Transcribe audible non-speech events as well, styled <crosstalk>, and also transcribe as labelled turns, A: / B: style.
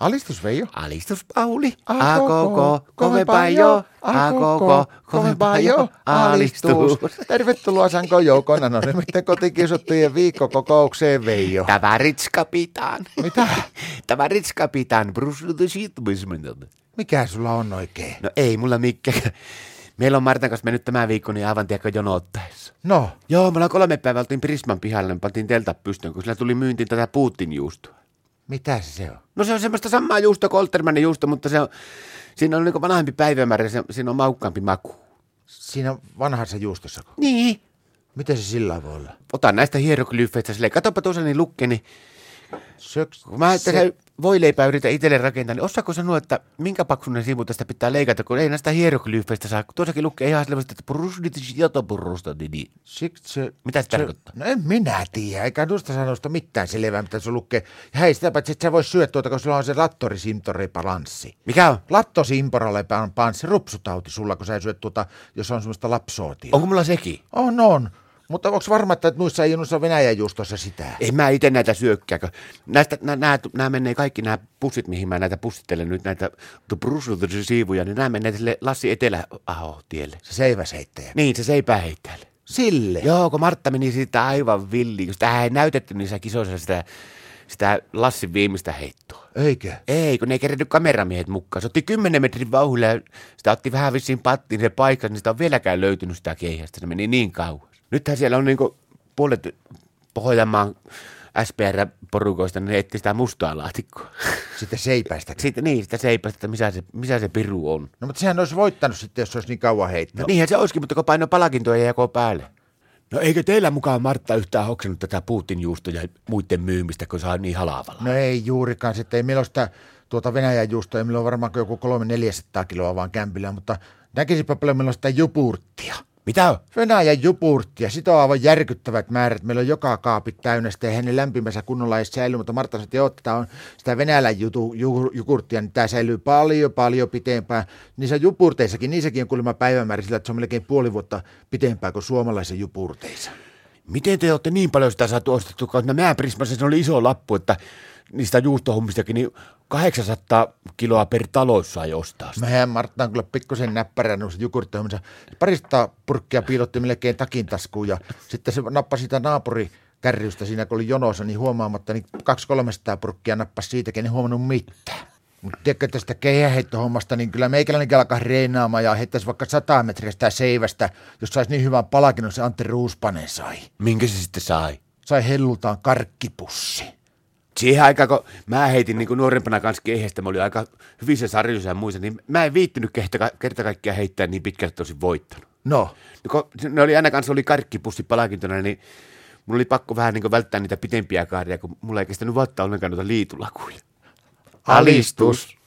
A: Alistus Veijo.
B: Alistus Pauli,
A: A koko, kovempaa jo, a koko, kovempaa jo, alistus. Tervetuloa Sanko Joukona, no nimittäin kotikiusattujen viikkokokoukseen Veijo.
B: <laughs> Tavaritskapitaan.
A: Mitä?
B: Tavaritskapitaan, bruslutusitmismenon.
A: Mikä sulla on oikein?
B: No ei mulla mikään. Meillä on Martan kanssa mennyt tämä viikko niin aivan tiekko jonottaessa.
A: No,
B: Joo, me ollaan kolme päivää oltiin Prisman pihalle, niin pantiin teltta pystyyn, kun sillä tuli myyntiin tätä Putin-juustoa.
A: mitä se on?
B: No se on semmoista samaa juustoa kuin Oltermanin juusto, mutta se on, siinä on niin vanhempi päivämäärä ja se, siinä on maukkaampi maku.
A: Siinä vanhassa juustossa.
B: Niin.
A: Miten se sillä voi olla?
B: Ota näistä hieroglyfeistä silleen, katsopa tuossa niin lukke, niin
A: Syöks,
B: kun mä se... tässä voileipää yritän itselle rakentaa, niin osaako sanoa, että minkä paksunen sivu tästä pitää leikata, kun ei näistä hieroglyfeistä saa, kun tuossakin lukee ihan selvästi, että prusditis jotopurusta, niin, niin.
A: Siksi se...
B: Mitä se tarkoittaa?
A: No en minä tiedä, eikä noista sanoista mitään selvää, mitä se lukee. Ja hei, sitä paitsi, että sä voi syödä tuota, kun sulla on se lattorisimtoripalanssi.
B: Mikä on?
A: Lattosimporolepa on panssi rupsutauti sulla, kun sä syöt tuota, jos on semmoista lapsootia.
B: Onko mulla sekin?
A: On, on. Mutta onko varma, että noissa ei noissa Venäjän juustossa sitä?
B: En mä itse näitä syökkääkö. Näistä, nä, nää, nää menee kaikki nämä pussit, mihin mä näitä pussittelen nyt, näitä siivuja, niin nämä menee sille Lassi etelä tielle.
A: Se seiväsheittäjä.
B: Niin, se seipää heittäjälle.
A: Sille.
B: Joo, kun Martta meni siitä aivan villiin, kun sitä ei näytetty niissä kisoissa sitä, sitä Lassin viimeistä heittoa.
A: Eikö?
B: Ei, kun ne ei kerennyt kameramiehet mukaan. Se otti 10 metrin vauhilla ja sitä otti vähän vissiin pattiin se paikka, niin sitä on vieläkään löytynyt sitä keihästä. Se meni niin kauas. Nythän siellä on niinku puolet Pohjanmaan SPR-porukoista, niin ne etsii sitä mustaa laatikkoa. <laughs>
A: Sitä seipäistä.
B: Sitten niin, sitä seipästä, että missä se, missä se piru on.
A: No mutta sehän olisi voittanut sitten, jos se olisi niin kauan heittänyt.
B: No. Niinhän se olisikin, mutta kun paino palakintoja ja jako päälle. No eikö teillä mukaan Martta yhtään hoksannut tätä Putin juustoja ja muiden myymistä, kun saa niin halavalla?
A: No ei juurikaan sitten, ei meillä ole sitä tuota Venäjän juustoa, ei meillä ole varmaan kuin joku 300-400 kiloa vaan kämpillä, mutta näkisipä paljon meillä on sitä jupurttia.
B: Mitä on?
A: Venäjän jupurttia, sitä on aivan järkyttävät määrät. Meillä on joka kaapit täynnä sitä ja hänen lämpimänsä kunnolla ei säily, mutta Martta sanoi, että joo, tätä on sitä Venäjän jutu, ju, jogurttia, niin tämä säilyy paljon, paljon pitempään. Niissä jupurteissakin, niissäkin on kuulemma päivämäärä sillä, että se on melkein puoli vuotta pitempään kuin suomalaisen jupurteissa.
B: Miten te olette niin paljon sitä saatu ostettua? Koska mä Prismassa se oli iso lappu, että niistä juustohommistakin niin 800 kiloa per talous sai ostaa sitä.
A: Mehän Martta on kyllä pikkusen näppärä noissa jukurttoiminsa. Parista purkkia piilotti melkein takin taskuun ja sitten se nappasi sitä naapuri kärrystä siinä, kun oli jonossa, niin huomaamatta, niin 200-300 purkkia nappasi siitäkin, niin huomannut mitään. Mutta tiedätkö tästä keihäheittohommasta, niin kyllä meikäläinenkin alkaa reinaamaan ja heittäisi vaikka 100 metriä sitä seivästä, jos saisi niin hyvän palakin, jos se Antti Ruuspanen sai.
B: Minkä se sitten sai?
A: Sai hellultaan karkkipussi.
B: Siihen aikaan, kun mä heitin niin nuorempana kanssa keihästä, mä olin aika hyvissä sarjoissa ja muissa, niin mä en viittynyt kehtä, kerta kaikkiaan heittää niin pitkälti tosi voittanut.
A: No,
B: No kun ne oli aina kanssa oli karkkipussi palakintona, niin mulla oli pakko vähän niin kuin välttää niitä pitempiä kaaria, kun mulla ei kestänyt vattaa ollenkaan noita liitulakuja.
A: Alistus.